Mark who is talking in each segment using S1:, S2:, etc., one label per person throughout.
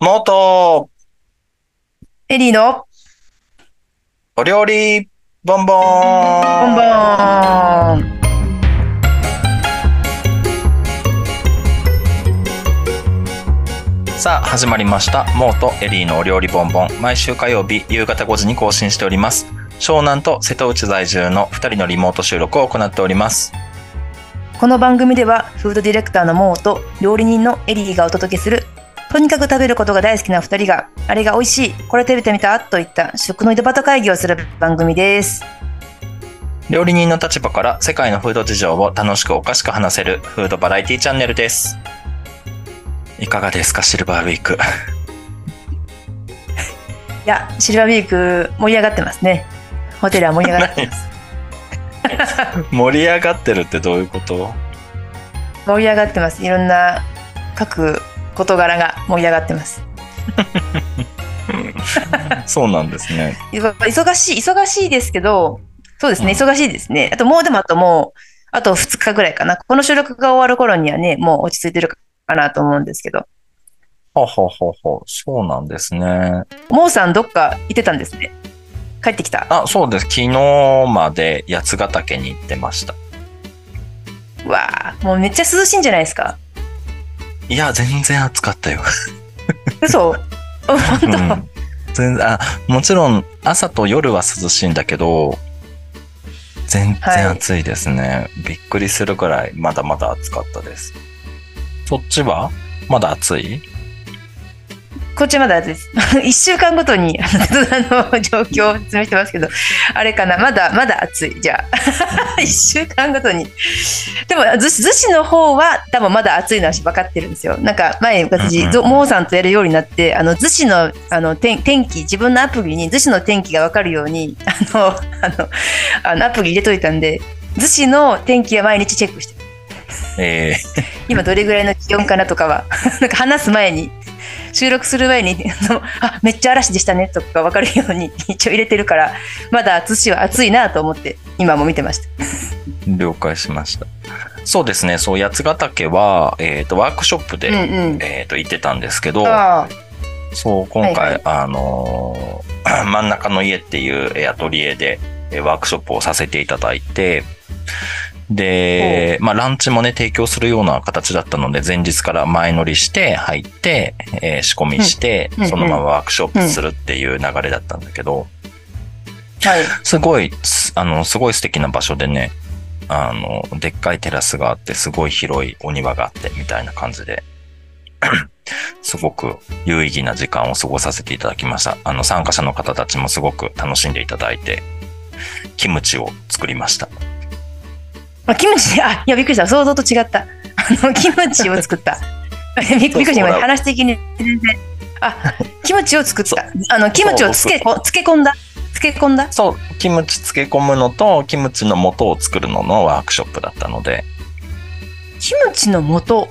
S1: 元
S2: エリーの
S1: お料理ボンボ
S2: ボンボ
S1: ーン
S2: ーン
S1: さあ始まりましたモーとエリーのお料理ボンボン毎週火曜日夕方5時に更新しております湘南と瀬戸内在住の2人のリモート収録を行っております
S2: この番組ではフードディレクターのモーと料理人のエリーがお届けするとにかく食べることが大好きな2人があれが美味しいこれ食べてみたといった食の井戸端会議をする番組です
S1: 料理人の立場から世界のフード事情を楽しくおかしく話せるフードバラエティチャンネルですいかがですかシルバーウィー ク
S2: いやシルバーウィーク盛り上がってますねホテルは盛り上がってます
S1: 盛り上がってるってどういうこと
S2: 盛り上がってますいろんな各事柄が盛り上がってます
S1: そうなんですね
S2: いわ忙しい、忙しいですけど、そうですね、忙しいですね。あともうでもあともう、あと2日ぐらいかな。この収録が終わる頃にはね、もう落ち着いてるかなと思うんですけど。
S1: ははははそうなんですね
S2: モーさんどっか行ってたんですね。帰ってきた。
S1: あ、そうです。昨日まで八ヶ岳に行ってました。
S2: うわあ、もうめっちゃ涼しいんじゃないですか。
S1: いや、全然暑か ったよ。
S2: 嘘あ
S1: う
S2: 本当、
S1: ん、全然あもちろん朝と夜は涼しいんだけど、全然暑いですね、びっくりするくらいまだまだ暑かったです。そっちはまだ暑い
S2: こっちまだです。1週 間ごとに、あの、 あの状況を説明してますけど、あれかな、まだ、まだ暑い。じゃあ、1週 間ごとに。でも、逗子逗子の方は、多分まだ暑いのは分かってるんですよ。なんか、前、
S1: うんうん
S2: 私、
S1: うん
S2: ぞモーさんとやるようになって、あの、逗子の、あの、天天気、自分のアプリに逗子の天気が分かるように、あの、あの、あのアプリ入れといたんで、逗子の天気は毎日チェックしてる
S1: えー
S2: 今どれぐらいの気温かなとかは なんか話す前に収録する前にあのあめっちゃ嵐でしたねとか分かるように一応入れてるからまだ淳は暑いなと思って今も見てました
S1: 了解しました。そうですね、そう八ヶ岳は、えーとワークショップで、
S2: うんうん
S1: えーと行ってたんですけど、
S2: あ
S1: そう今回、
S2: はいはい
S1: あのー 真ん中の家っていうえーアトリエでえーワークショップをさせていただいてで、まあ、ランチもね提供するような形だったので前日から前乗りして入って、えー仕込みして、
S2: うんうん
S1: そのままワークショップするっていう流れだったんだけど、
S2: あはい
S1: すごいすあのすごい素敵な場所でねあのでっかいテラスがあってすごい広いお庭があってみたいな感じで すごく有意義な時間を過ごさせていただきましたあの参加者の方たちもすごく楽しんでいただいてキムチを作りました
S2: あキムチあいやびっくりした想像と違ったあのキムチを作った びっびっくりしました話的に全然あキムチを作ったあのキムチをつけこ漬け込んだ漬け込んだ
S1: そうキムチ漬け込むのとキムチの素を作るののワークショップだったので
S2: キムチの素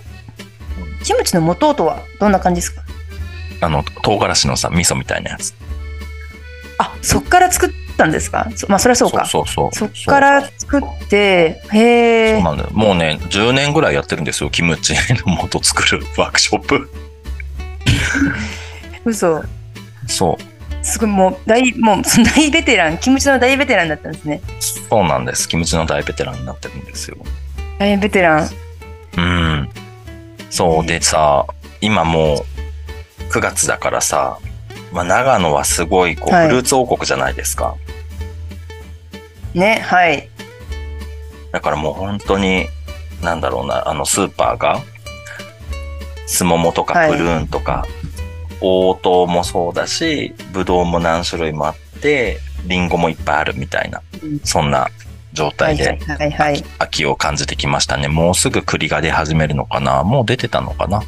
S2: キムチの素とはどんな感じですか
S1: あの唐辛子のさ味噌みたいなやつ
S2: あそっから作ったんですかそまあそりゃそうかそ
S1: そうそうそう
S2: っから作ってへ
S1: そう
S2: え
S1: なんだよ。もうね、10年ぐらいやってるんですよ。キムチの素作るワークショップ。
S2: 嘘
S1: そう。
S2: すごいもう大もうその大ベテランキムチの大ベテランだったんですね
S1: そうなんです。キムチの大ベテランになってるんですよ。
S2: 大ベテラン
S1: うん。そうでさ、今もう9月だからさ、まあ、長野はすごいこう、
S2: はい
S1: フルーツ王国じゃないですか。
S2: ねはい
S1: だからもう本当に、なんだろうな、あのスーパーが、すももと
S2: は
S1: か
S2: い
S1: プルーンとか、応答もそうだし、ぶどうも何種類もあって、りんごもいっぱいあるみたいな、
S2: うん
S1: そんな状
S2: は
S1: 態
S2: いは
S1: で
S2: いはいはい
S1: 秋を感じてきましたね。もうすぐ栗が出始めるのかなもう出てたのかな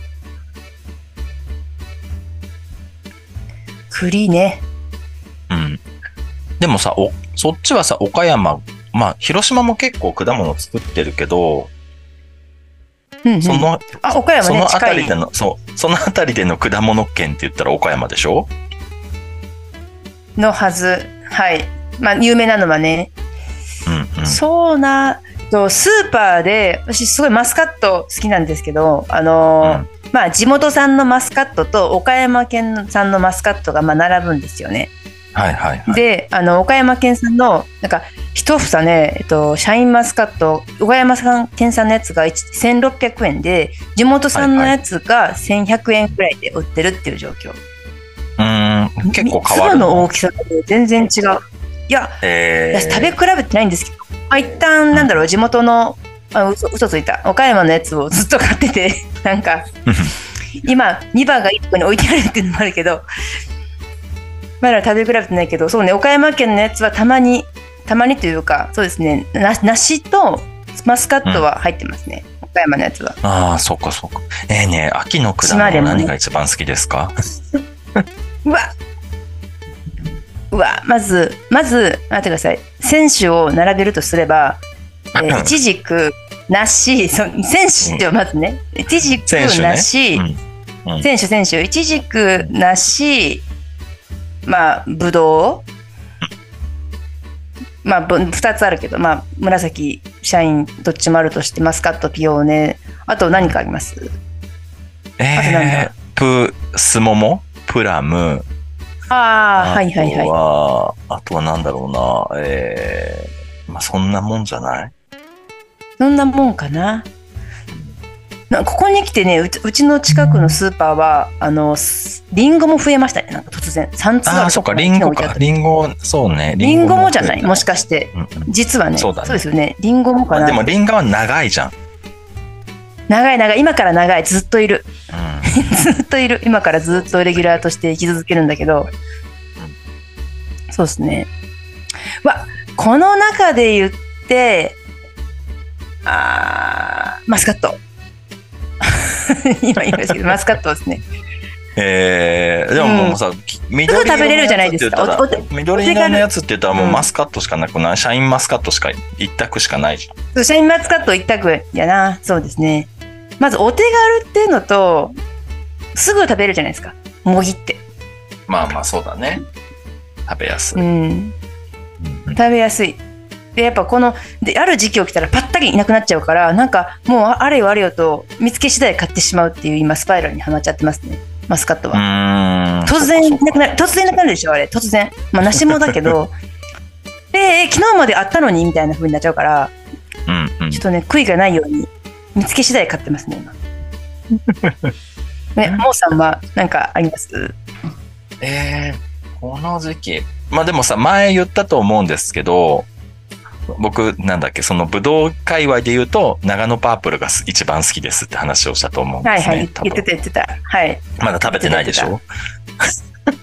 S2: 栗ね
S1: うん。でもさ、お、そっちはさ、岡山、まあ、広島も結構果物作ってるけど、
S2: うんうん
S1: その、
S2: あ岡山
S1: そ
S2: ね
S1: の
S2: 近
S1: 辺り
S2: い
S1: での、そう、その辺りでの果物県って言ったら岡山でしょ
S2: のはずはいまあ有名なのはね
S1: うんうん。
S2: そうなそうスーパーで私すごいマスカット好きなんですけどあのーまあ地元産のマスカットと岡山県産のマスカットがまあ並ぶんですよね。
S1: はいはいはい。
S2: であの岡山県産のなんか一房ね、えっと、シャインマスカット岡山産県産のやつが1 1600円で地元産のやつが1100円くらいで売ってるっていう状況、
S1: うーん、結構変わ
S2: 粒
S1: る。
S2: の大きさが全然違ういや
S1: えー
S2: 私食べ比べてないんですけど、まあ、一旦なんだろう地元のあ嘘嘘ついた岡山のやつをずっと買ってて な んか今2番が1個に置いてあるっていうのもあるけどまだ食べ比べてないけどそうね岡山県のやつはたまにたまにというかそうですねな梨とマスカットは入ってますね、岡山のやつは
S1: ああ、そっかそっか。えー、ね秋の果
S2: 島で
S1: 物
S2: もね
S1: 何が一番好きですか
S2: うわうわまずまず待ってください選手を並べるとすればえー、いちじく、梨、その選手ってまずね、いちじく、
S1: 選手ね
S2: 梨、
S1: うんうん
S2: 選手、選手、いちじく、梨、まあ、ぶどう、まあ、ぶ2つあるけど、まあ、紫、シャイン、どっちもあるとして、マスカット、ピオーネ、あと何かあります
S1: えー、プ、スモモプラム。
S2: ああ、はいは
S1: あ
S2: い
S1: と
S2: はい。
S1: は、あとはなんだろうな。えー、まあそんなもんじゃない
S2: そんなもんかな。なここに来てねうち、うちの近くのスーパーは、あの、すリンゴも増えましたね、なんか突然。3つ
S1: ああ、
S2: る
S1: そっか、リンゴか。リンゴ、そうね。
S2: リンゴもじゃないもし
S1: か
S2: かして
S1: うんうん
S2: 実はね
S1: そうだね
S2: ですよねリンゴもか
S1: まあ
S2: な
S1: でもリンゴは長いじゃん。
S2: 長い長い今から長いずっといる
S1: うん
S2: ずっといる今からずっとレギュラーとして生き続けるんだけどそうですねわこの中で言ってあーマスカット今言いま したけどマスカットですね
S1: えー、でももうさ、緑
S2: すぐ食べれるじゃないですか
S1: 色のやつって言ったら緑色のやつって言ったらもううんマスカットしかなくないシャインマスカットしか一択しかないじゃん。
S2: そうシャインマスカット一択やなそうですねまずお手軽っていうのとすぐ食べれるじゃないですかもぎって
S1: まあまあそうだね。食べやすい。
S2: うん
S1: うん
S2: 食べやすいでやっぱこのである時期起きたらパッタリいなくなっちゃうからなんかもうああれよあれよと見つけ次第買ってしまうっていう今スパイラルにはまっちゃってますねマスカットは、
S1: うーん
S2: 突然いなくなる突然いなくなるでしょあれ突然まあ梨もだけ どえー、昨日まであったのにみたいな風になっちゃうから
S1: うんうん
S2: ちょっとね悔いがないように見つけ次第買ってますね 今ねもうさんはなんかあります
S1: えー、この時期。まあでもさ、前言ったと思うんですけど、僕、なんだっけ、その武道界隈で言うと、長野パープルがす一番好きですって話をしたと思うん
S2: は
S1: で
S2: い
S1: す
S2: は
S1: ね。
S2: い
S1: 多
S2: 言って
S1: 分
S2: た言ってたはい
S1: まだ食べてないでしょ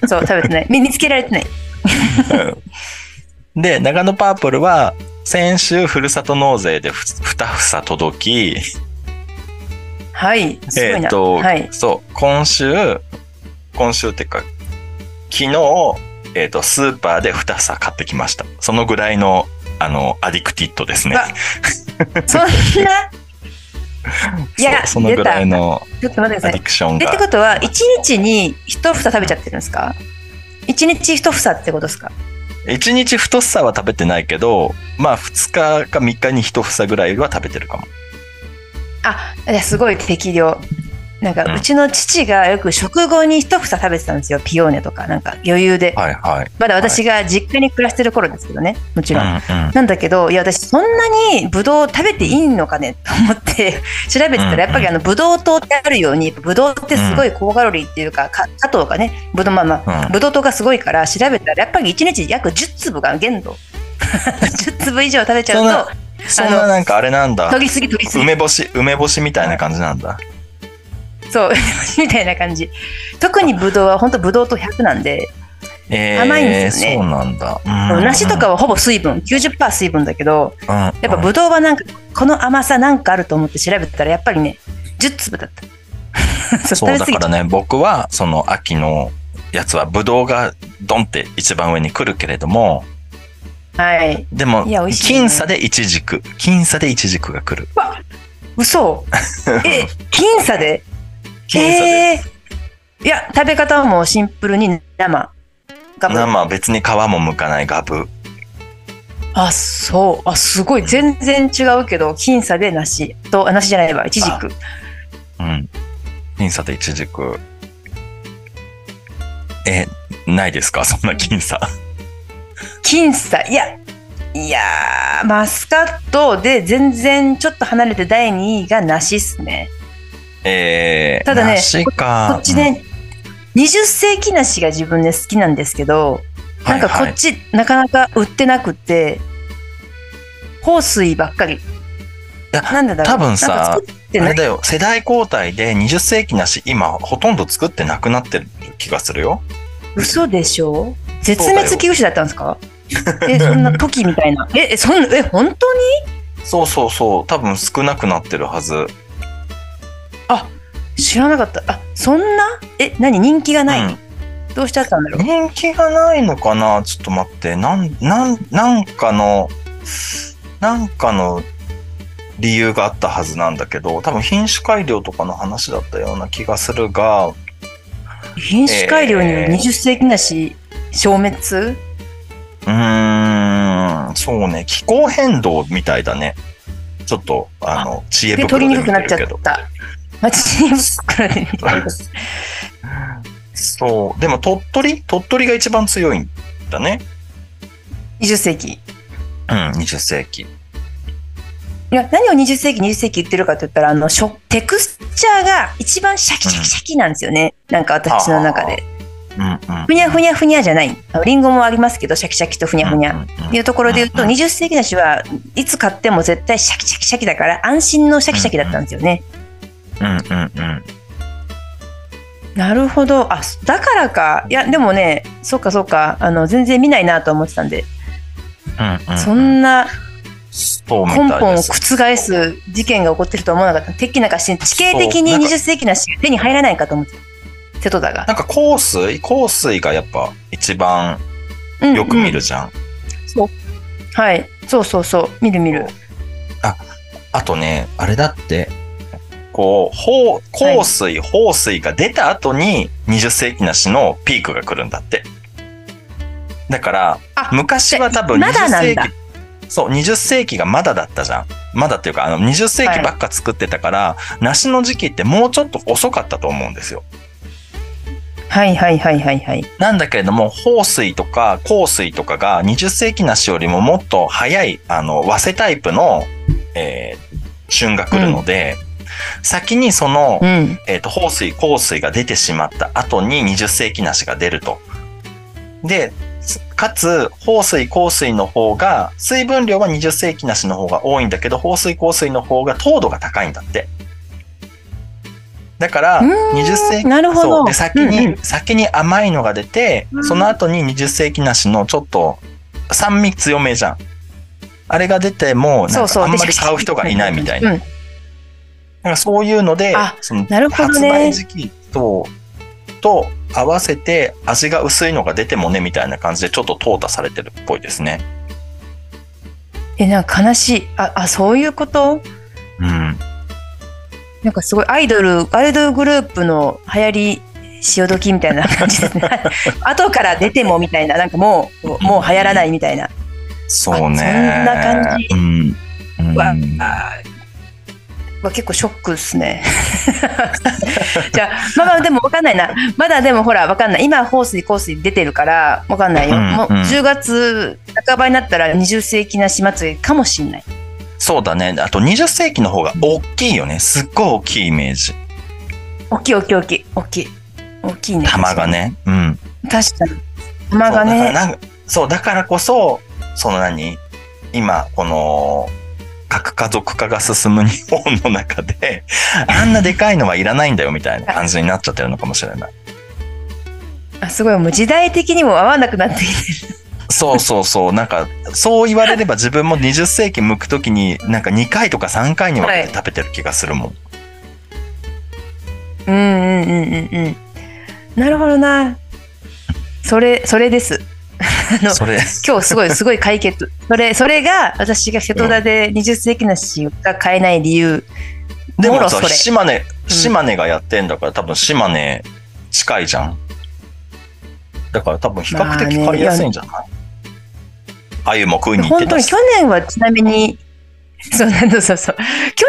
S2: そう食べてないみ見つけられてない
S1: うんで、長野パープルは、先週、ふるさと納税でふふたふさ届き、
S2: はいすごい
S1: えっ、
S2: な、
S1: と、
S2: はい
S1: そう、今週、今週っていうか、昨日、えっ、と、スーパーで2房買ってきました。そのぐらいの、あの、アディクティッドですね。
S2: あ そんな。い
S1: そ
S2: や
S1: うそのぐらいの
S2: ちょっと待ってく
S1: ア
S2: だ
S1: ディ
S2: さい。
S1: クション
S2: え
S1: が。
S2: ってことは、一日に一房食べちゃってるんですか。一日一房ってことですか。
S1: 1日太さは食べてないけど、まあ2日か3日に1房ぐらいは食べてるかも。
S2: あ、いや、すごい適量。なんか、
S1: うん
S2: うちの父がよく食後に一房食べてたんですよ。ピオーネとか、なんか余裕で。
S1: はいはい。
S2: まだ私が実家に暮らしてる頃ですけどね。もちろん。
S1: うんうん
S2: なんだけど、いや、私、そんなにブドウを食べていいのかねと思って 調べてた
S1: うんうん
S2: ら、やっぱりあの、ブドウ糖ってあるように、ブドウってすごい高カロリーっていうか、か加糖がね、ブドウ、まあまあ
S1: うん
S2: ブドウ糖がすごいから、調べたら、やっぱり1日約10粒が限度。10粒以上食べちゃ
S1: そんな
S2: う
S1: そんななんかあれなん
S2: と、
S1: だ
S2: 取。りすぎ取りすぎ。
S1: 梅干し、梅干しみたいな感じなんだ。
S2: そう、 みたいな感じ。特にブドウは、本当ブドウ糖100なんで、
S1: え
S2: 甘いんですよね
S1: そうなんだ。
S2: 梨とか
S1: は、
S2: はほぼ水分、90%水分だけど、
S1: や
S2: やっぱブドウはなんかこの甘さなんかあると思って調べてたらやっぱりね10粒だった
S1: そ
S2: 食
S1: うだ
S2: べ過
S1: か
S2: ぎちゃ
S1: らね僕はその秋のやつはブドウがドンって一番上に来るけれども
S2: うはい
S1: でも
S2: いや美味しいね
S1: 僅差でイチジク僅差でイチジクが来る
S2: 嘘え僅差で
S1: 僅差で、
S2: えーいや食べ方はもうシンプルに生ガブ
S1: 生は別に皮も剥かないガブ
S2: あ、そう。あ、すごい。全然違うけど、僅差で梨と、あ梨じゃないわ、イチジク。
S1: うん。僅差でイチジク。え、ないですかそんな僅差。
S2: 僅差。いや、いやー、マスカットで全然ちょっと離れて第2位が梨っすね。
S1: えー、
S2: ただね
S1: 梨か。
S2: こっちね、20世紀梨が自分で好きなんですけど、
S1: うん、
S2: なんかこ
S1: はいは
S2: っ
S1: い
S2: ち、なかなか売ってなくて、豊水ばっかり。
S1: や
S2: なんでだろう。
S1: 多分さ
S2: なんか作って
S1: あ
S2: な
S1: れ
S2: い
S1: だよ、世代交代で20世紀梨、今ほとんど作ってなくなってる気がするよ。
S2: 嘘でしょ
S1: う
S2: 絶
S1: だよ
S2: 滅危惧種だったんですか え、そんなトキみたいな。え、えそんえ、本当に
S1: そうそうそう、多分少なくなってるはず。
S2: 知らなかった。あ、そんなえ、何人気がない、
S1: うん
S2: どうしちゃったんだろう
S1: 人気がないのかなちょっと待ってなんなんなんかのなんかの理由があったはずなんだけど多分品種改良とかの話だったような気がするが
S2: 品種改良による
S1: えー
S2: 20世紀梨消滅、
S1: うーんそうね気候変動みたいだねちょっとあの知恵
S2: で
S1: 袋
S2: 取
S1: で
S2: り
S1: 見
S2: にく
S1: て
S2: くなっ
S1: る
S2: ちゃっ
S1: けど
S2: た。マジで袋で見てる
S1: そうでも鳥取鳥取が一番強いんだね
S2: 20世紀。
S1: うん20世紀
S2: いや何を20世紀20世紀言ってるかと言ったらあの食テクスチャーが一番シャキシャキシャキなんですよね、なんか私の中で
S1: うんうん
S2: ふにゃふにゃふにゃじゃないあのリンゴもありますけどシャキシャキとふにゃふに
S1: うん
S2: ゃ
S1: うんうん
S2: いうところで言うと
S1: うん
S2: 20世紀梨はいつ買っても絶対シャキシャキシャキだから安心のシャキシャキだったんですよね、
S1: うんうんうん
S2: なるほどあだからかいやでもねそうかそうかあの全然見ないなと思ってたんで、
S1: うんうん
S2: そんな
S1: そうみ
S2: 根
S1: たい
S2: 本
S1: で
S2: を覆
S1: す。
S2: す事件が起こってるとは思わなかった。てっきりなんかし地形的に
S1: そうなんか
S2: 20世紀なし手に入らないかと思ってた。瀬戸田が。
S1: なんか香水香水がやっぱ一番
S2: うん
S1: よく見る
S2: うん
S1: じゃん。
S2: はい。そうそうそう。見る見る。
S1: あとね、あれだって、こう、ほう香水、香水が出た後に20世紀梨のピークが来るんだって。だから
S2: あ、
S1: 昔は多分
S2: ま
S1: 20
S2: だなん
S1: 世
S2: だ
S1: 紀、そう、20世紀がまだだったじゃん。まだっていうか、あの、20世紀ばっか作ってたから、梨の時期ってもうちょっと遅かったと思うんですよ。
S2: はいはいはいはいはい。
S1: なんだけれども、豊水とか香水とかが20世紀梨よりももっと早い、あの、和製タイプの、えー旬が来るので、先にその
S2: う、ん。
S1: えっ、と、豊水、香水が出てしまった後に20世紀梨が出ると。で、かつ、豊水、香水の方が、水分量は20世紀梨の方が多いんだけど、豊水、香水の方が糖度が高いんだって。だから、
S2: うーん
S1: 20世紀
S2: なるほど
S1: そうで先に、
S2: うんうん
S1: 先に甘いのが出て、
S2: うん
S1: その後に20世紀梨のちょっと酸味強めじゃん。あれが出ても、な
S2: そ
S1: ん
S2: う
S1: か
S2: そう。
S1: あんま
S2: で
S1: り買う人がいないみたいな。。
S2: うん
S1: なんかそういうので
S2: あ、
S1: その
S2: なるほど
S1: 発
S2: ね
S1: 売時期と、と合わせて味が薄いのが出てもねみたいな感じでちょっと淘汰されてるっぽいですね。
S2: え、なんか悲しい。あ、あ、そういうこと
S1: うん。
S2: なんかすごいアイドル、アイドルグループの流行り潮時み たいな感じですね。 後から出てもみたいな、なんかもう、もう流行らないみたいな。
S1: そうね。
S2: あそんな感じ
S1: うん。うん
S2: わあーわ結構ショックですね。 じゃあまあまあでもわかんないなまだでもほらわかんない今ホースにコースに出てるからわかんないよ、
S1: うんうん
S2: もう10月半ばになったら20世紀なし祭りかもしんない
S1: そうだね。あと20世紀の方が大きいよね。すっごい大きいイメージ。
S2: 大きい大きい大きい大きい大きいね
S1: 玉がね。うん。
S2: 確かに玉が
S1: そうだから
S2: ね
S1: なんかそう、だからこそ、その何今、この、核家族化が進む日本の中で、あんなでかいのはいらないんだよみたいな感じになっちゃってるのかもしれない。
S2: あすごいもう時代的にも合わなくなってきて
S1: そうそうそう。なんか、そう言われれ ば自分も20世紀向くときに、なんか2回とか3回に分けて食べてる気がするもん。
S2: るうんうんうんうんうんなるほどなそれそれですい
S1: それ、
S2: 今日す ごいすごい解決それそれが私が瀬戸田で20世紀梨が買えない理由、
S1: で
S2: も
S1: も
S2: ろ
S1: さ
S2: そ、れ
S1: 島根、
S2: ん
S1: 島根がやってんだから、多分島根近いじゃん。だから多分比較的買いやすいんじゃない、鮎も食いに行っ
S2: 本
S1: て
S2: 当
S1: た
S2: に
S1: し
S2: 去。年はちなみに、そうなんだそうそう。去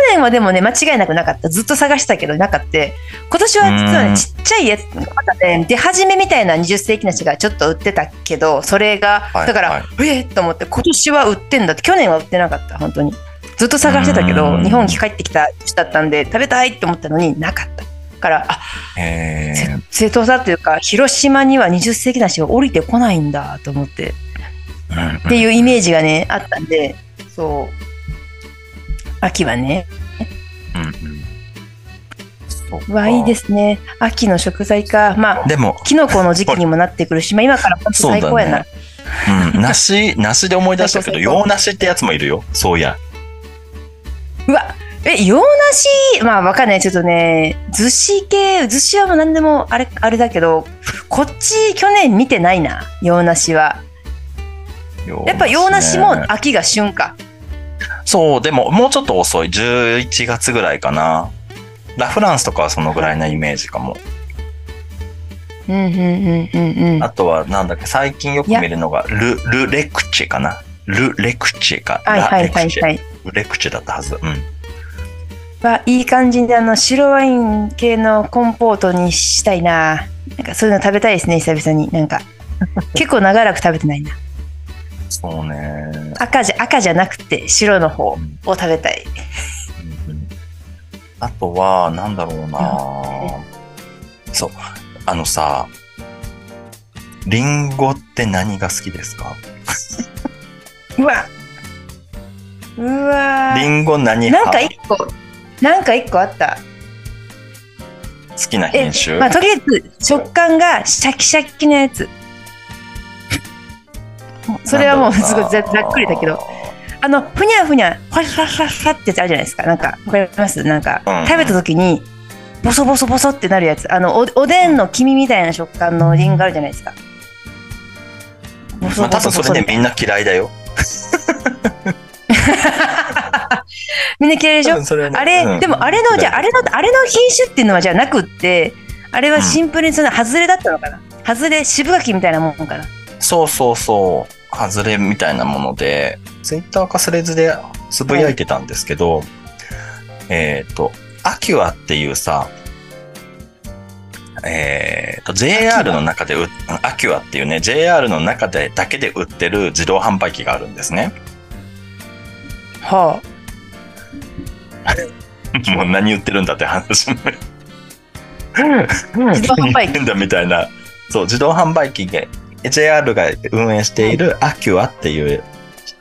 S2: 年はでもね、間違いなくなかった。ずっと探してたけどなかった。今年は実は
S1: うん
S2: ね、ちっちゃいやつ、またね、出始めみたいな20世紀の人がちょっと売ってたけど、それが、
S1: はい
S2: だから、
S1: は
S2: えっと思って、今年は売ってんだって、去年は売ってなかった、本当に。ずっと探してたけ
S1: う
S2: ど、
S1: ん
S2: 日本に帰ってきた年だったんで、食べたいって思ったのになかった。だから、あ、
S1: へ
S2: せ
S1: ー
S2: 正当さというか、広島には20世紀の人が降りてこないんだと思って。
S1: うん
S2: っていうイメージがねあったんでそう秋はね
S1: うんうんそっか
S2: わいいですね秋の食材かまあ
S1: でも、
S2: キノコの時期にもなってくるし、まあ、今から本当
S1: そう
S2: 最
S1: だ
S2: 高やな、
S1: ね。うん、 梨、梨で思い出したけど、
S2: 最高最高
S1: 洋梨ってやつもいるよ。そういや。
S2: うわえ洋梨まあわかんないちょっとね寿司系寿司はもう何でもあれあれだけどこっち去年見てないな洋梨はやっぱ洋梨も
S1: ね
S2: 秋が旬か
S1: そう、でももうちょっと遅い。11月ぐらいかな。ラ・フランスとかはそのぐらいなイメージかも。
S2: うんうんうんうんうん
S1: あとは、なんだっけ、最近よく見るのが、ル・ルレクチェかな。ル・レクチェか。
S2: はい
S1: ラ
S2: はい
S1: レク
S2: はい
S1: チェ
S2: はい
S1: ルレクチェだったはず。うん。
S2: はいい感じであの白ワイン系のコンポートにしたいななんかそういうの食べたいですね久々に なんか結構長らく食べてないな
S1: そうね。
S2: 赤じゃ赤じゃなくて白の方を食べたい
S1: うんあとは、なんだろうな、そう。あのさ、リンゴって何が好きですか
S2: うわうわ
S1: リンゴ何
S2: なん
S1: 派
S2: か一個なんか一個あった
S1: 好きな品種、
S2: まあとりあえず食感がシャキシャキな やつそれはもうすごいざざっくりだけど。あの、ふにゃふにゃ、ファッファッファッファってやつあるじゃないですか。なんか、わかりますなんか、
S1: うん
S2: 食べた時に、ボソボソボソってなるやつ。あの、おおでんの黄身みたいな食感のリンゴあるじゃないですか。ボ
S1: ま
S2: ソ
S1: あ、多
S2: ボソ
S1: 分
S2: ボ
S1: そ
S2: ソ
S1: れ
S2: み
S1: ね
S2: たい
S1: みん
S2: な。
S1: な嫌いだよ。
S2: みんな嫌いでし
S1: 多
S2: ょ
S1: 分それはね
S2: あれ、
S1: うん
S2: でもあれの、じゃあ、あれの、あれの品種っていうのはじゃあなくって、あれは
S1: うん
S2: シンプルにその外れだったのかな。外れ、渋柿みたいなもんかな。
S1: そうそうそう。ハズレみたいなもので、ツイッターかスレズでつぶやいてたんですけど、えっ、と、アキュアっていうさ、えっ、と、JR の中でう、アキュアっていうね、JR の中でだけで売ってる自動販売機があるんですね。
S2: は
S1: もう何言ってるんだって話になる
S2: あ。自動
S1: 何言
S2: 販売
S1: っ
S2: 機。
S1: てんだみたいな。そう、自動販売機で、JR が運営しているアキュアっていう、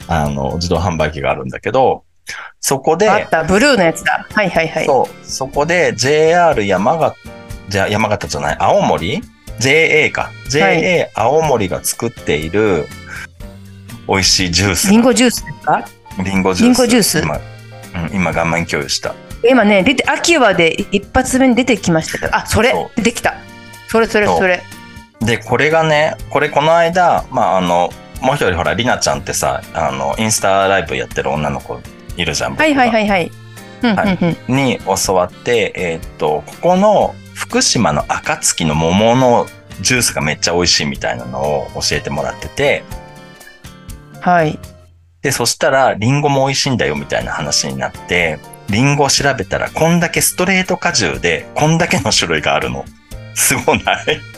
S1: あの、自動販売機があるんだけど、そこで、
S2: あった、ブルーのやつだ。はいはいはい。
S1: そう、そこで JR 山形、じゃ山形じゃない、青森 ?JA か。JA 青森が作っている美味しいジュース。
S2: リンゴジュースですか
S1: リンゴジュース。
S2: リンゴジュース
S1: 今、うん、今画面共有した。
S2: 今ね出てアキュアで一発目に出てきましたけどあそれ
S1: そう
S2: 出てきたそれそれ
S1: そう
S2: それ
S1: で、これがね、これこの間、まあ、あの、もう一人ほら、りなちゃんってさ、あの、インスタライブやってる女の子いるじゃん。僕が
S2: はいはいはいはいうんうんうん
S1: に教わって、えーっと、ここの福島の暁の桃のジュースがめっちゃ美味しいみたいなのを教えてもらってて、
S2: はい
S1: で、そしたら、リンゴも美味しいんだよみたいな話になって、リンゴを調べたら、こんだけストレート果汁で、こんだけの種類があるの。すごない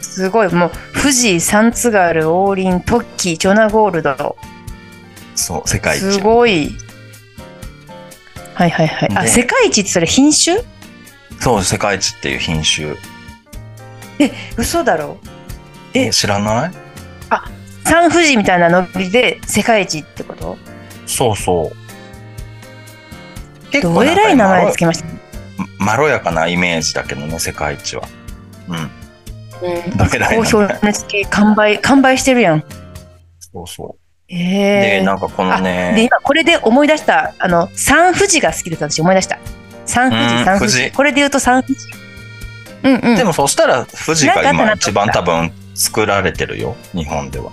S2: すごいもう富士三津軽王林トッキージョナゴールド
S1: そう、世界
S2: す
S1: 一。
S2: ごいはいはいはいあ
S1: ね
S2: 世界一ってそれ品種
S1: そう、世界一っていう品種。
S2: 嘘だろえ
S1: え、知らない
S2: 三富士みたいなのびで世界一ってこと
S1: そうそう。結
S2: どえらい名前つ
S1: け
S2: けました、
S1: まろやかなイメージだけどね、世界一は。うん。
S2: うん
S1: どえらい
S2: 好
S1: 名
S2: 評
S1: 前。
S2: な付き完売完売してるやん
S1: そうそ
S2: え
S1: う。
S2: え
S1: で、なんかこの
S2: で
S1: ね、
S2: 今これで思い出したあの三富士が好きです私思い出した三富
S1: うん
S2: 士三富
S1: 富
S2: 士
S1: 士
S2: これで言うと三富士うんうん
S1: でもそしたら富士が
S2: なんかあ
S1: 今
S2: ったなと
S1: 一
S2: 思
S1: 番
S2: った
S1: 多分作られてるよ、日本では。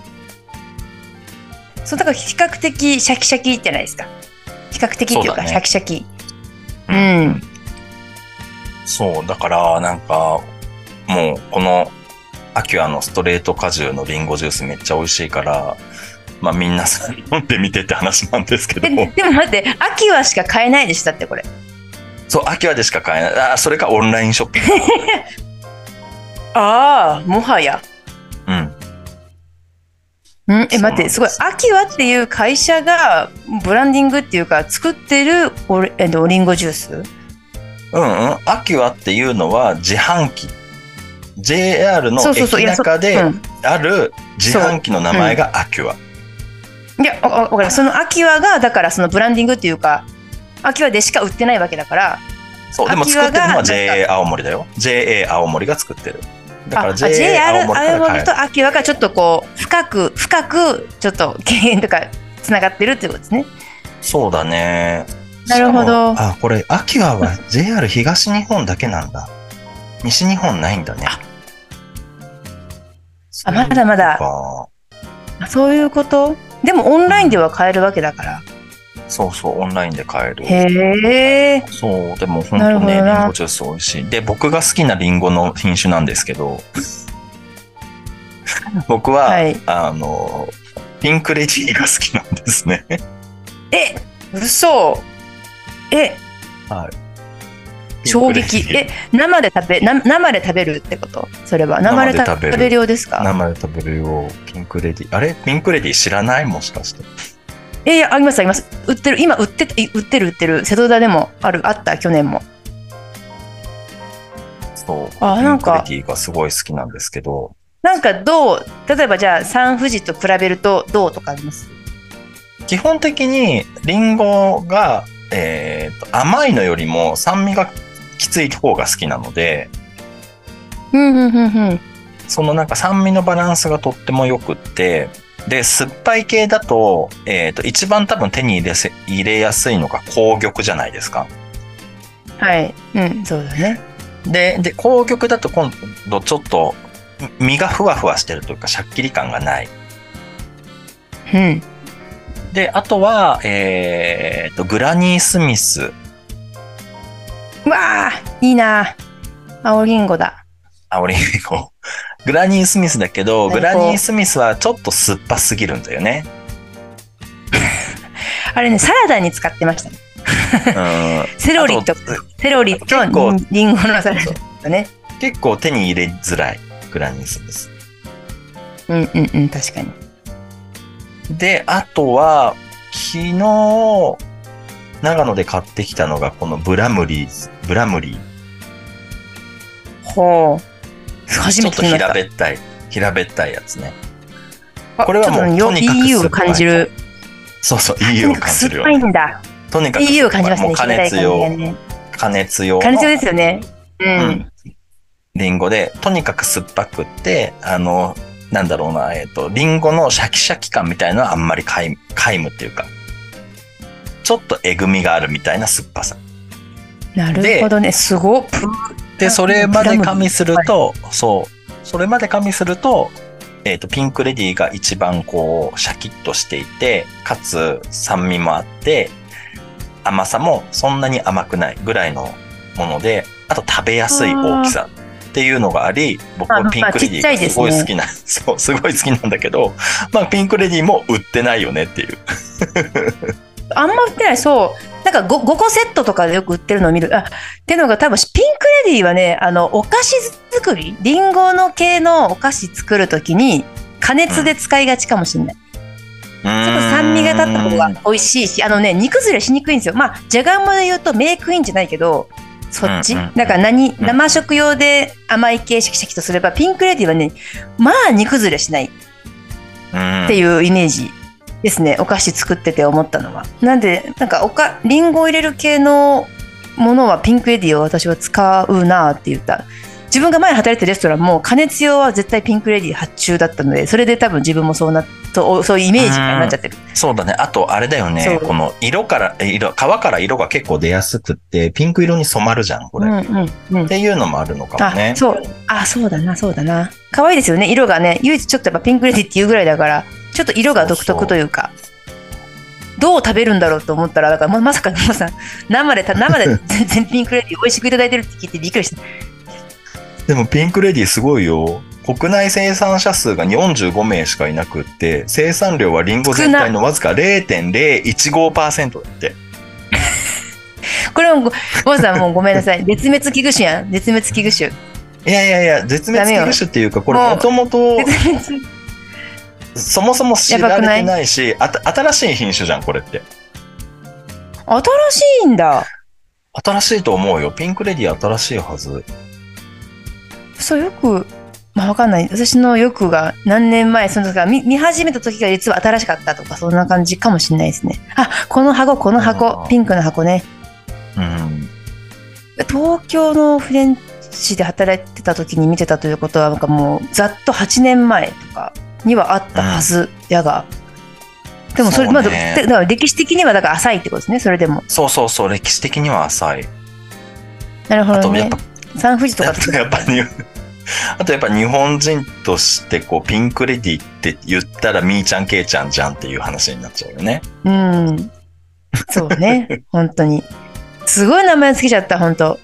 S2: そうだから比較的シャキシャキじゃないですか比較的っていう
S1: そうだ
S2: か
S1: ね
S2: シャキシャキう
S1: うん
S2: ん
S1: そう、だからなんか、もうこのアキュアのストレート果汁のリンゴジュースめっちゃ美味しいから、まあみんなそれ飲んでみてって話なんですけど
S2: ででも待って秋はしか買えないでしたってこれ
S1: そう秋はでしか買えないあーそれかオンラインショッピング
S2: ああもはや
S1: うん
S2: うん
S1: そ
S2: え
S1: うなん
S2: 待っ
S1: で
S2: て
S1: す
S2: すごい秋はっていう会社がブランディングっていうか作ってるおえっとおりんごジュース
S1: うんうん秋はっていうのは自販機 JR の
S2: そうそうそう
S1: 駅
S2: いやそ
S1: 中で
S2: うん
S1: ある自販機の名前が秋はい
S2: や、わわかる。その秋葉が、だからそのブランディングっていうか、秋葉でしか売ってないわけだから、
S1: そうでも作ってるのは JA 青森だよ JA 青森が作ってるだか
S2: あ
S1: ら
S2: あ
S1: JA 青
S2: JR
S1: 森から
S2: 青
S1: 買え
S2: 森
S1: る
S2: と秋葉がちょっとこう、深く、深く、ちょっと経営とか、つながってるってことですね。
S1: そうだね。
S2: なるほど
S1: しかもあ、これ、秋葉は JR 東日本だけなんだ。西日本ないんだね。
S2: あ、まだまだ。
S1: か
S2: あそういうことでもオンラインでは買えるわけだから。
S1: そうそう、オンラインで買える。
S2: へえ。
S1: そう、でも本
S2: なる
S1: 当
S2: ほど
S1: ね、リ
S2: な
S1: ンゴジュース美味しい。で、僕が好きなリンゴの品種なんですけど、 僕は、
S2: はい
S1: あの、ピンクレディーが好きなんですね。
S2: え、嘘。え、 衝撃。
S1: ピンクレディー
S2: え、生で食べ、な生で食べるってことそれは。生で
S1: 生で食
S2: 食
S1: べる
S2: べるようですか
S1: 生で食べるよ、ピンクレディー。あれピンクレディー知らないもしかして。
S2: えいやありますあります売ってる今売ってい売ってる売ってる瀬戸田でもあるあった去年も
S1: そう。
S2: あなんか
S1: ピンクレディーがすごい好きなんですけど、
S2: なんかどう例えばじゃあ三富士と比べるとどうとかあります
S1: 基本的にリンゴが、えーと甘いのよりも酸味がきつい方が好きなので、
S2: うんうんうんうん
S1: そのなんか酸味のバランスがとっても良くって、で、酸っぱい系だと、えーと、一番多分手に入れせ入れやすいのが紅玉じゃないですか。
S2: はいうんそうだね
S1: で、で、紅玉だと今度ちょっと身がふわふわしてるというか、シャッキリ感がない。
S2: うん
S1: で、あとは、えーと、グラニー・スミス
S2: うわあいいな青りんごだ
S1: あ、俺、こう、 グラニー・スミスだけど、
S2: 最高
S1: グラニー・スミスはちょっと酸っぱすぎるんだよね。
S2: あれねサラダに使ってましたね
S1: うん、
S2: セロリと
S1: あ
S2: セロリと
S1: 結構
S2: りんごのサラ
S1: そ
S2: ダ
S1: う
S2: だね
S1: 結構手に入れづらい、グラニー・スミス。
S2: うんうんうん確かに
S1: で、あとは、昨日、長野で買ってきたのが、このブラムリー、ブラムリー。
S2: ほう
S1: ち
S2: 初
S1: ょ
S2: め
S1: ってと
S2: 見まし
S1: 平
S2: た
S1: べったい、平べったいやつね。
S2: あ
S1: これはもう
S2: ちょっと
S1: と
S2: ね
S1: にかく
S2: EU を感じる
S1: そうそう、
S2: と
S1: EU を
S2: にかく
S1: 感じる
S2: 酸っ
S1: よ
S2: ぱ。いんだ
S1: とにかく、
S2: EU を感じましたね
S1: もう加熱
S2: 平
S1: 用、
S2: べったい感じがね
S1: 加熱用の。
S2: 感情ですよね。うん。
S1: うんリンゴで、とにかく酸っぱくって、あの、なんだろうな、えっ、と、リンゴのシャキシャキ感みたいなのはあんまり皆無皆無っていうか、ちょっとえぐみがあるみたいな酸っぱさ。
S2: なるほどね。すごっ。プ
S1: で、
S2: あ
S1: それまで加味する
S2: ブラ
S1: と、そう、それまで加味すると、えっ、と、ピンクレディーが一番こう、シャキッとしていて、かつ酸味もあって、甘さもそんなに甘くないぐらいのもので、あと食べやすい大きさっていうのがあり、僕
S2: あま
S1: は
S2: あ
S1: ピンクレディーがすごい好きな、そう、すごい好きなんだけど、まあ、ピンクレディーも売ってないよねっていう。
S2: あんま売ってない。そう。なんか 5, 5個セットとかでよく売ってるのを見る。あってのが多分ピンクレディーはね、あの、お菓子作り、リンゴの系のお菓子作るときに、加熱で使いがちかもしれない。ちょっと酸味が立った方が美味しいし、あのね、煮崩れしにくいんですよ。まあ、じゃがいもで言うとメイクインじゃないけど、そっち、
S1: うんうん
S2: なんか何、生食用で甘い系シャキシャキとすれば、ピンクレディーはね、まあ煮崩れしない。
S1: うん
S2: っていうイメージですねお菓子作ってて思ったのはなんでなんかおかりんごを入れる系のものはピンクエディを私は使うなって言った自分が前働いてたレストランも加熱用は絶対ピンクレディ発注だったのでそれで多分自分もそうなそうそういうイメージになっちゃってる
S1: そうだね。あと、あれだよ
S2: そ
S1: ね
S2: う。
S1: この色から、え色、皮から色が結構出やすくって、ピンク色に染まるじゃん、こ
S2: う
S1: れ。
S2: ん
S1: っ
S2: うんうん
S1: ていうのもあるのかもね
S2: あ。そうあそうだなそうだな可愛いですよね色がね唯一ちょっとやっぱピンクレディっていうぐらいだからちょっと色が独特というかどう食べるんだろうと思ったらだからままさかのまさん生でた 生で全然ピンクレディ美味しくいただいてるって聞いてびっくりした
S1: でも、ピンクレディーすごいよ。国内生産者数が45名しかいなくって、生産量はリンゴ全体のわずか0.015%だって。
S2: これもご、ボンさんもうごめんなさい。絶滅危惧種やん。絶滅危惧種。
S1: いやいやいや、絶滅危
S2: ダメよ
S1: 惧種っていうか、これ
S2: もう
S1: もともと
S2: 絶滅
S1: そもそも知ら
S2: や
S1: れ
S2: ばくな
S1: て
S2: い
S1: ないし、あた新しい品種じゃん、これって。
S2: 新しいんだ。
S1: 新しいと思うよ。ピンクレディー新しいはず。
S2: そう、よく、まあわかんない。私のよくが何年前、その時から見見始めた時が実は新しかったとか、そんな感じかもしれないですね。あ、この箱、この
S1: あ
S2: 箱、
S1: ー
S2: ピンクの箱ね。
S1: うん。
S2: 東京のフレンチで働いてた時に見てたということはなんかもうざっと8年前とかにはあったはずやが、でもそれ
S1: そうね
S2: まだでだから歴史的にはだから浅いってことですねそれでも
S1: そうそうそう、歴史的には浅い。
S2: なるほ
S1: あ
S2: ど
S1: と、やっ
S2: ね
S1: ぱ、
S2: サンフジとか
S1: あとやっぱに、あとやっぱ日本人として、こう、ピンクレディーって言ったら、みーちゃん、けいちゃんじゃんっていう話になっちゃうよね。
S2: うんそうね本当にすごい名前つけちゃった本当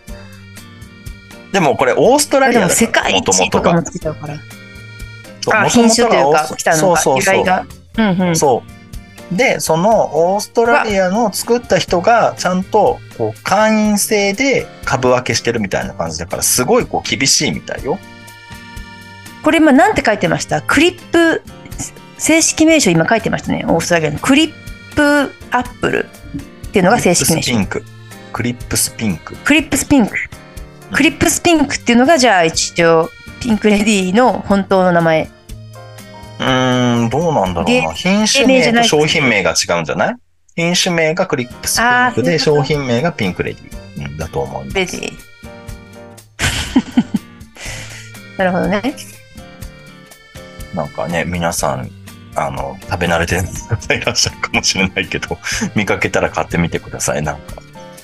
S1: でもこれ、オーストラリ
S2: で
S1: ア
S2: も
S1: だ
S2: 世
S1: から、
S2: 界
S1: もとも
S2: 一
S1: と
S2: とかも
S1: が。
S2: つけちゃうから
S1: そう
S2: あ
S1: 元
S2: 品
S1: 々
S2: 種とい
S1: が
S2: うか
S1: オース
S2: 来たの
S1: そ
S2: が
S1: う
S2: 由
S1: そうそう
S2: 来がうんうん
S1: そう。で、そのオーストラリアの作った人がちゃんとこう会員制で株分けしてるみたいな感じだから、すごいこう厳しいみたいよ。
S2: これ今なんて書いてましたクリップ正式名称今書いてましたねオーストラリアのクリップアップルっていうのが正式名称
S1: クリップスピンク。クリップスピンク。
S2: クリップスピンククリップスピンクっていうのがじゃあ一応ピンクレディーの本当の名前
S1: うーん、どうなんだろうな。品種
S2: 芸名じ
S1: 名
S2: ゃな
S1: と
S2: い
S1: 商品名が違うんじゃない品種名がクリップスピ
S2: あ
S1: ン
S2: ーそ
S1: ク
S2: うい
S1: で、
S2: うこと
S1: 商品名がピンクレディーうんだと思う。
S2: レディー なるほどね
S1: なんかね、皆さん、あの、食べ慣れてない方いらっしゃるかもしれないけど、 見かけたら買ってみてください。なんか、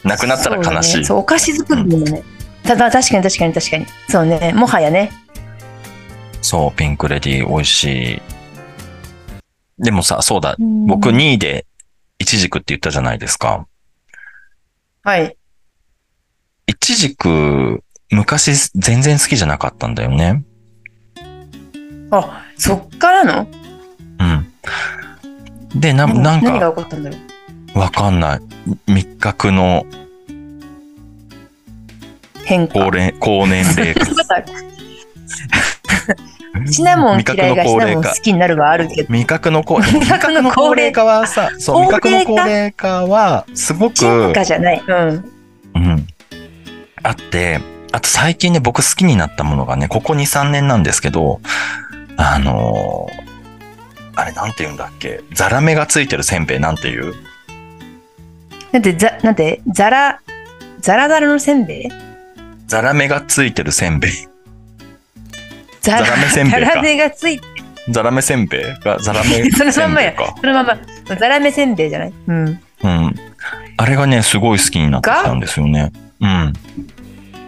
S1: なくなったら悲
S2: そう,、
S1: しい。
S2: そうお菓子作りだよね、ただ確かに確かに確かにそうねもはやね
S1: そう、ピンクレディー美味しい。でもさ、そうだ、僕
S2: うん
S1: 2位でイチジクって言ったじゃないですか。
S2: はい
S1: イチジク、昔全然好きじゃなかったんだよね。
S2: あそっからの
S1: うん。で、な
S2: 何
S1: なん
S2: 何が
S1: か、
S2: 起こったんだろう
S1: わかんない。密覚の
S2: 変化。
S1: 高齢高年齢化
S2: シナモン
S1: 味覚
S2: 嫌
S1: の
S2: いがシ
S1: 高
S2: ナ
S1: 齢
S2: モン
S1: 化
S2: 好。きになるはある けど。
S1: 味覚の高
S2: 味覚の高齢
S1: 化はさ、そう、味覚
S2: 高
S1: の
S2: 齢化
S1: 高齢化は、すごく、
S2: 進化じゃない。うん。
S1: うん。あって、あと最近ね、僕好きになったものがね、ここ2、3年なんですけど、あのーあれなんて言うんだっけ、ザラメがついてるせんべいなんていう、
S2: なんて、ざ、なんて、ザラ、ザラザラのせんべい
S1: ザラメがついてるせんべい、
S2: ザ
S1: ザラメせんべい
S2: ザ
S1: か
S2: ラメがついて、
S1: ザラメせんべいがザラメ
S2: その
S1: せ
S2: ま
S1: ん
S2: んま
S1: べ
S2: や
S1: いか。
S2: そのまま、ザラメせんべいじゃないうん。
S1: うん。あれがね、すごい好きになってきたんですよね。うん。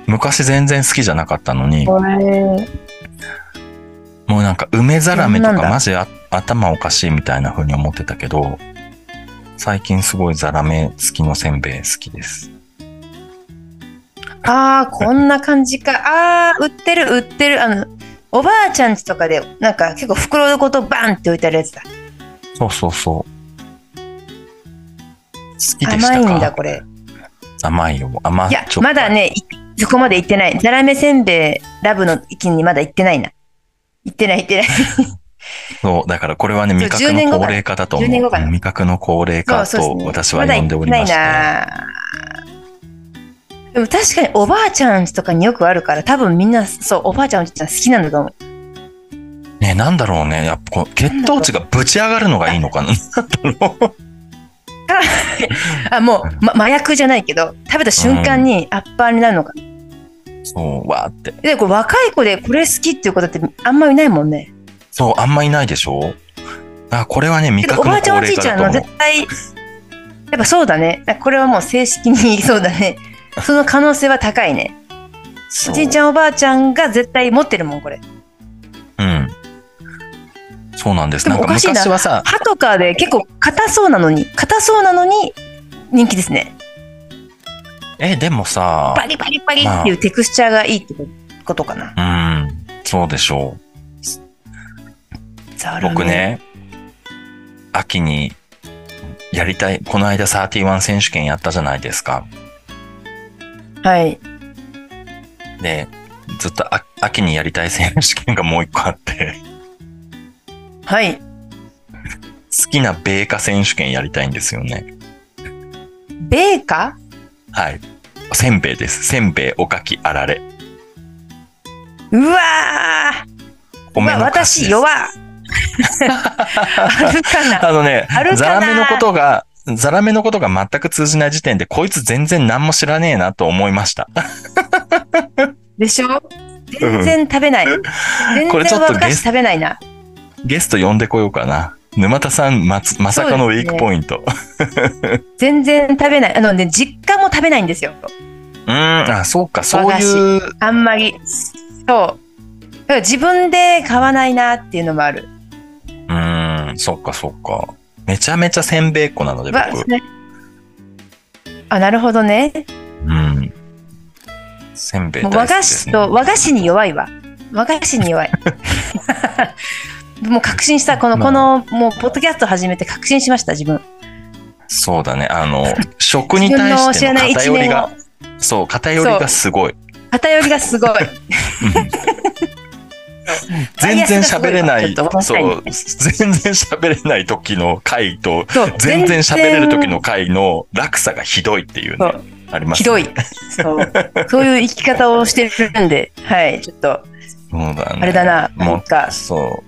S1: 昔全然好きじゃなかったのに、
S2: これ、
S1: もうなんか梅ざらめと
S2: そうなん
S1: か
S2: だ
S1: マジあ頭おかしいみたいな風に思ってたけど、最近すごいざらめ付きのせんべい好きです。
S2: ああ、こんな感じか。ああ、売ってる、売ってる。あの、おばあちゃんちとかで、なんか結構袋ごとバンって置いてあるやつだ。
S1: そうそうそう。好きでした
S2: 甘
S1: か
S2: いんだ、これ。
S1: 甘いよ。甘
S2: いや
S1: ちょ、っと
S2: まだね、いそこまで行ってない。ザラメせんべいラブの域にまだ行ってないな。行ってない行ってない。
S1: そう、だからこれはね、
S2: そう
S1: 味覚
S2: 10
S1: の
S2: 年後
S1: 高
S2: かな
S1: 齢化だと思
S2: 10年後かな
S1: う。味覚の高齢化
S2: そうそう
S1: と
S2: ですね
S1: 私は呼んでおりまして。
S2: だ行ってないな。でも確かにおばあちゃんちとかによくあるから、多分みんな、そう、おばあちゃんおじいちゃん好きなんだと思う。
S1: ね、なんだろうね。やっぱこう血糖値がぶち上がるのがいいのかな。
S2: あ、もう、ま、麻薬じゃないけど、食べた瞬間にアッパーになるのか。
S1: そう、わーって。
S2: で、これ若い子でこれ好きっていうことってあんまりいないもんね。
S1: そう、あんまいないでしょあ、これはね、味
S2: けど、お
S1: 覚
S2: ば
S1: の
S2: あち
S1: 高
S2: ゃんお
S1: 齢
S2: じい
S1: 化
S2: ち
S1: だ
S2: ゃん
S1: と
S2: は
S1: 思う
S2: 絶。対、やっぱそうだね。これはもう正式にそうだね。その可能性は高いね。
S1: そ
S2: お
S1: う
S2: じいちゃんおばあちゃんが絶対持ってるもんこれ
S1: うん。そうなんです。
S2: で
S1: な
S2: も
S1: んか
S2: おかしいな
S1: 昔はさ、
S2: 歯とかで結構硬そうなのに硬そうなのに人気ですね
S1: え、でもさ、
S2: バリバリバリっていうテクスチャーがいいってことかな、
S1: うん、そうでしょう。
S2: ざる
S1: 僕。ね、秋にやりたい、この間31選手権やったじゃないですか。
S2: はい。
S1: で、ずっとあ秋にやりたい選手権がもう一個あって、
S2: はい。
S1: 好きな米花選手権やりたいんですよね。
S2: 米花
S1: はい。せんべいです。せんべい、おかき、あられ。
S2: うわー、
S1: 米
S2: まあ、
S1: の菓子
S2: 私
S1: です
S2: 弱。 あるかな
S1: あのね
S2: あるか、な
S1: ザラメのことが、ザラメのことが全く通じない時点で、こいつ全然何も知らねえなと思いました。
S2: でしょ全然食べない。全
S1: これちょ
S2: 然
S1: っと
S2: 和菓
S1: ゲ
S2: 子
S1: ス
S2: 食べないな。
S1: ゲスト呼んでこようかな。沼田さん、まつ、まさかのウィークポイント。う,、
S2: 全然食べない。あのね、実家も食べないんですよ。
S1: ん、あ、そうか、そういう、
S2: あんまり。そう。だから自分で買わないなっていうのもある。
S1: うん、そうか、そうか。めちゃめちゃせんべいっ子なので、
S2: わ
S1: 僕。
S2: あ、なるほどね。
S1: うん。せんべい
S2: も
S1: 大好き
S2: う和菓
S1: で
S2: 子
S1: す、ね。
S2: と、和菓子に弱いわ。和菓子に弱い。 もう確信した。この、
S1: まあ
S2: この、もう、ポッドキャスト始めて確信しました、自分。
S1: そうだね。あの、食に対しての偏
S2: 自分の知
S1: り
S2: ら
S1: が
S2: な、
S1: そう、偏りがすごい。
S2: 偏りがすごい。
S1: 全然喋れな
S2: バイ
S1: い
S2: アスがすごいわちょっとごめん、なさい
S1: そ
S2: ね
S1: う、全然喋れない時の回と、
S2: そう
S1: 全然喋れる時の回の落差がひどいっていう
S2: そ
S1: ね
S2: う、
S1: あります、
S2: ひどい。。そう。そういう生き方をしてるんで、はい、ちょっと、
S1: そうだね。
S2: あれだな、
S1: も
S2: なんか、
S1: そ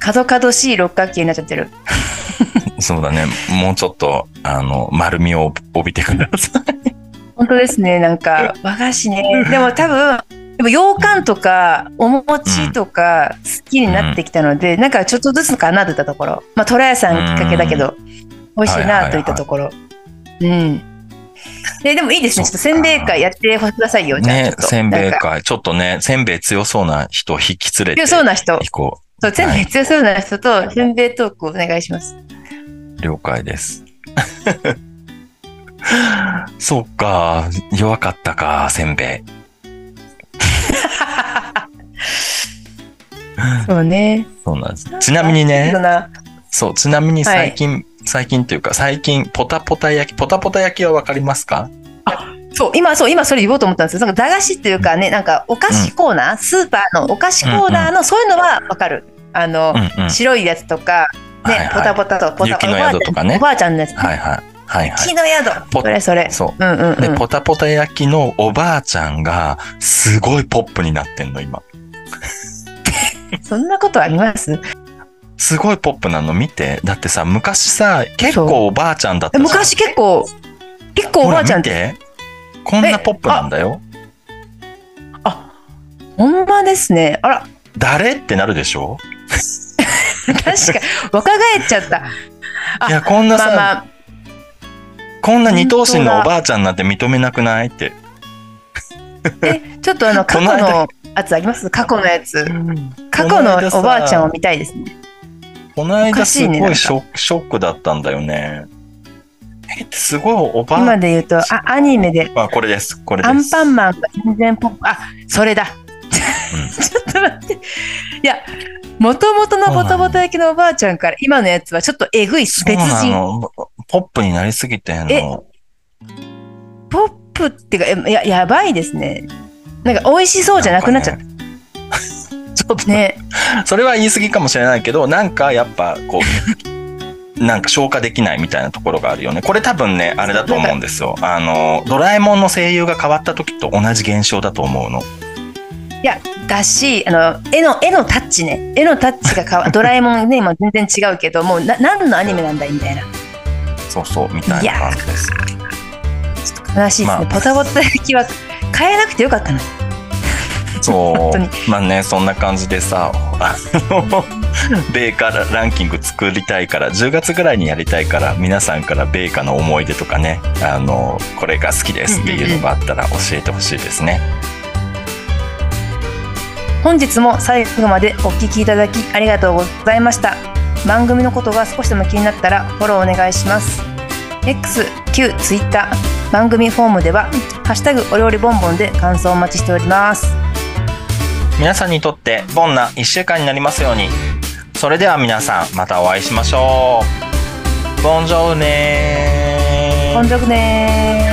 S2: 角々しい六角形になっちゃってる。
S1: う、そうだね。もうちょっと、あの、丸みを帯びてください。
S2: 本当ですね、なんか、和菓子ね。でも多分、でも羊羹とかお餅とか好きになってきたので、なんかちょっとずつかなといったところ。まあ、トラ屋さんきっかけだけど、美味しいなといったところ。うん。ででもいいですね、ちょっとせんべい会やってくださいよ、じゃあちょ
S1: ね
S2: っ、と。
S1: せんべい
S2: なんか
S1: 会。ちょっとね、せんべい強そうな人を引き連れて
S2: 強そうな人、
S1: 行こ
S2: そうせんべい強そうな人とせんべいトークお願いします。
S1: う。了解です。 そうか、弱かったか、せんべい。
S2: そうね。
S1: そうなんです。ちなみにね
S2: そ、んな
S1: そう、ちなみに最近、最近というか、最近、ポタポタ焼き、ポタポタ焼きはわかりますか
S2: そう、今、そう、今それ言おうと思ったんですけど、なんか駄菓子っていうかね、なんかお菓子コーナー、スーパーのお菓子コーナーの、そういうのはわかる。あの
S1: うん、うん。
S2: 白いやつとか、
S1: はいは
S2: ね
S1: い、
S2: ポタポタと、ポタ
S1: 雪の宿とかね
S2: おばあちゃんのやつ。
S1: はいはい。はいは
S2: 雪の宿。
S1: ポ
S2: それそれ
S1: い。。そ
S2: うんうん
S1: う。で、
S2: うん。
S1: ポタポタ焼きのおばあちゃんが、すごいポップになってんの、今。
S2: そんなことあります
S1: すごいポップなの見て。だってさ、昔さ、結構おばあちゃんだったじゃん
S2: 昔結構、結構おばあちゃんっ
S1: ほ
S2: て、
S1: ら見て。こんなポップなんだよ。
S2: ほんまですね。あら、
S1: 誰ってなるでしょ
S2: 確か、若返っち ゃった。あ
S1: いや、こんな
S2: ま
S1: さ、
S2: あまあ、
S1: こんな二頭身
S2: 本当
S1: の
S2: だ
S1: おばあちゃんなんて認めなくないって。
S2: え、ちょっとあの、過
S1: この
S2: 去
S1: 間
S2: のやつあります過去のやつ。過去
S1: こ
S2: の
S1: 間さ
S2: おばあちゃんを見たいですね。
S1: この間す
S2: お
S1: ごい
S2: かし
S1: シ
S2: い
S1: ョックショックだったんだよね。え、すごいおば
S2: 今
S1: あ、
S2: で言うと、あ、アニメで、
S1: あ、これです、これです。
S2: アンパンマンが全然ポップ、あ、それだ。
S1: う
S2: ちょっと待って。いや、もともとのボトボト焼きのおばあちゃんから、今のやつはちょっとえぐい別
S1: そうな
S2: 人。
S1: の。ポップになりすぎてん
S2: え
S1: の。
S2: ポップっていうか、えや、やばいですね。なんか美味しそうじゃなくなっちゃった。
S1: た。ちょっとね、
S2: ね。
S1: それは言い過ぎかもしれないけど、なんかやっぱこう、 なんか消化できないみたいなところがあるよね。これ多分ね、あれだと思うんですよ。あの、ドラえもんの声優が変わった時と同じ現象だと思うの。
S2: いや、だし、あの、絵の、絵のタッチね。絵のタッチが 変わ、ドラえもんね、今全然違うけど、もうな、何のアニメなんだいみたいな。
S1: そうそう、みたいな感じです。
S2: 悲しいですね。
S1: まあ
S2: ポタポタ焼きは変えなくてよかったな。
S1: そ
S2: 本当に
S1: う。まあね、そんな感じでさ、 あの、米価ランキング作りたいから、10月ぐらいにやりたいから、皆さんから米価の思い出とかね、あの、これが好きですっていうのがあったら教えてほしいですね。
S2: 本日も最後までお聞きいただきありがとうございました番組のことが少しでも気になったらフォローお願いします X、Q、Twitter 番組フォームでは「ハッシュタグお料理ボンボン」で感想をお待ちしております
S1: 皆さんにとって、ボンな1週間になりますように。それでは皆さん、またお会いしましょう。ボンジョーねー。
S2: 本職ねー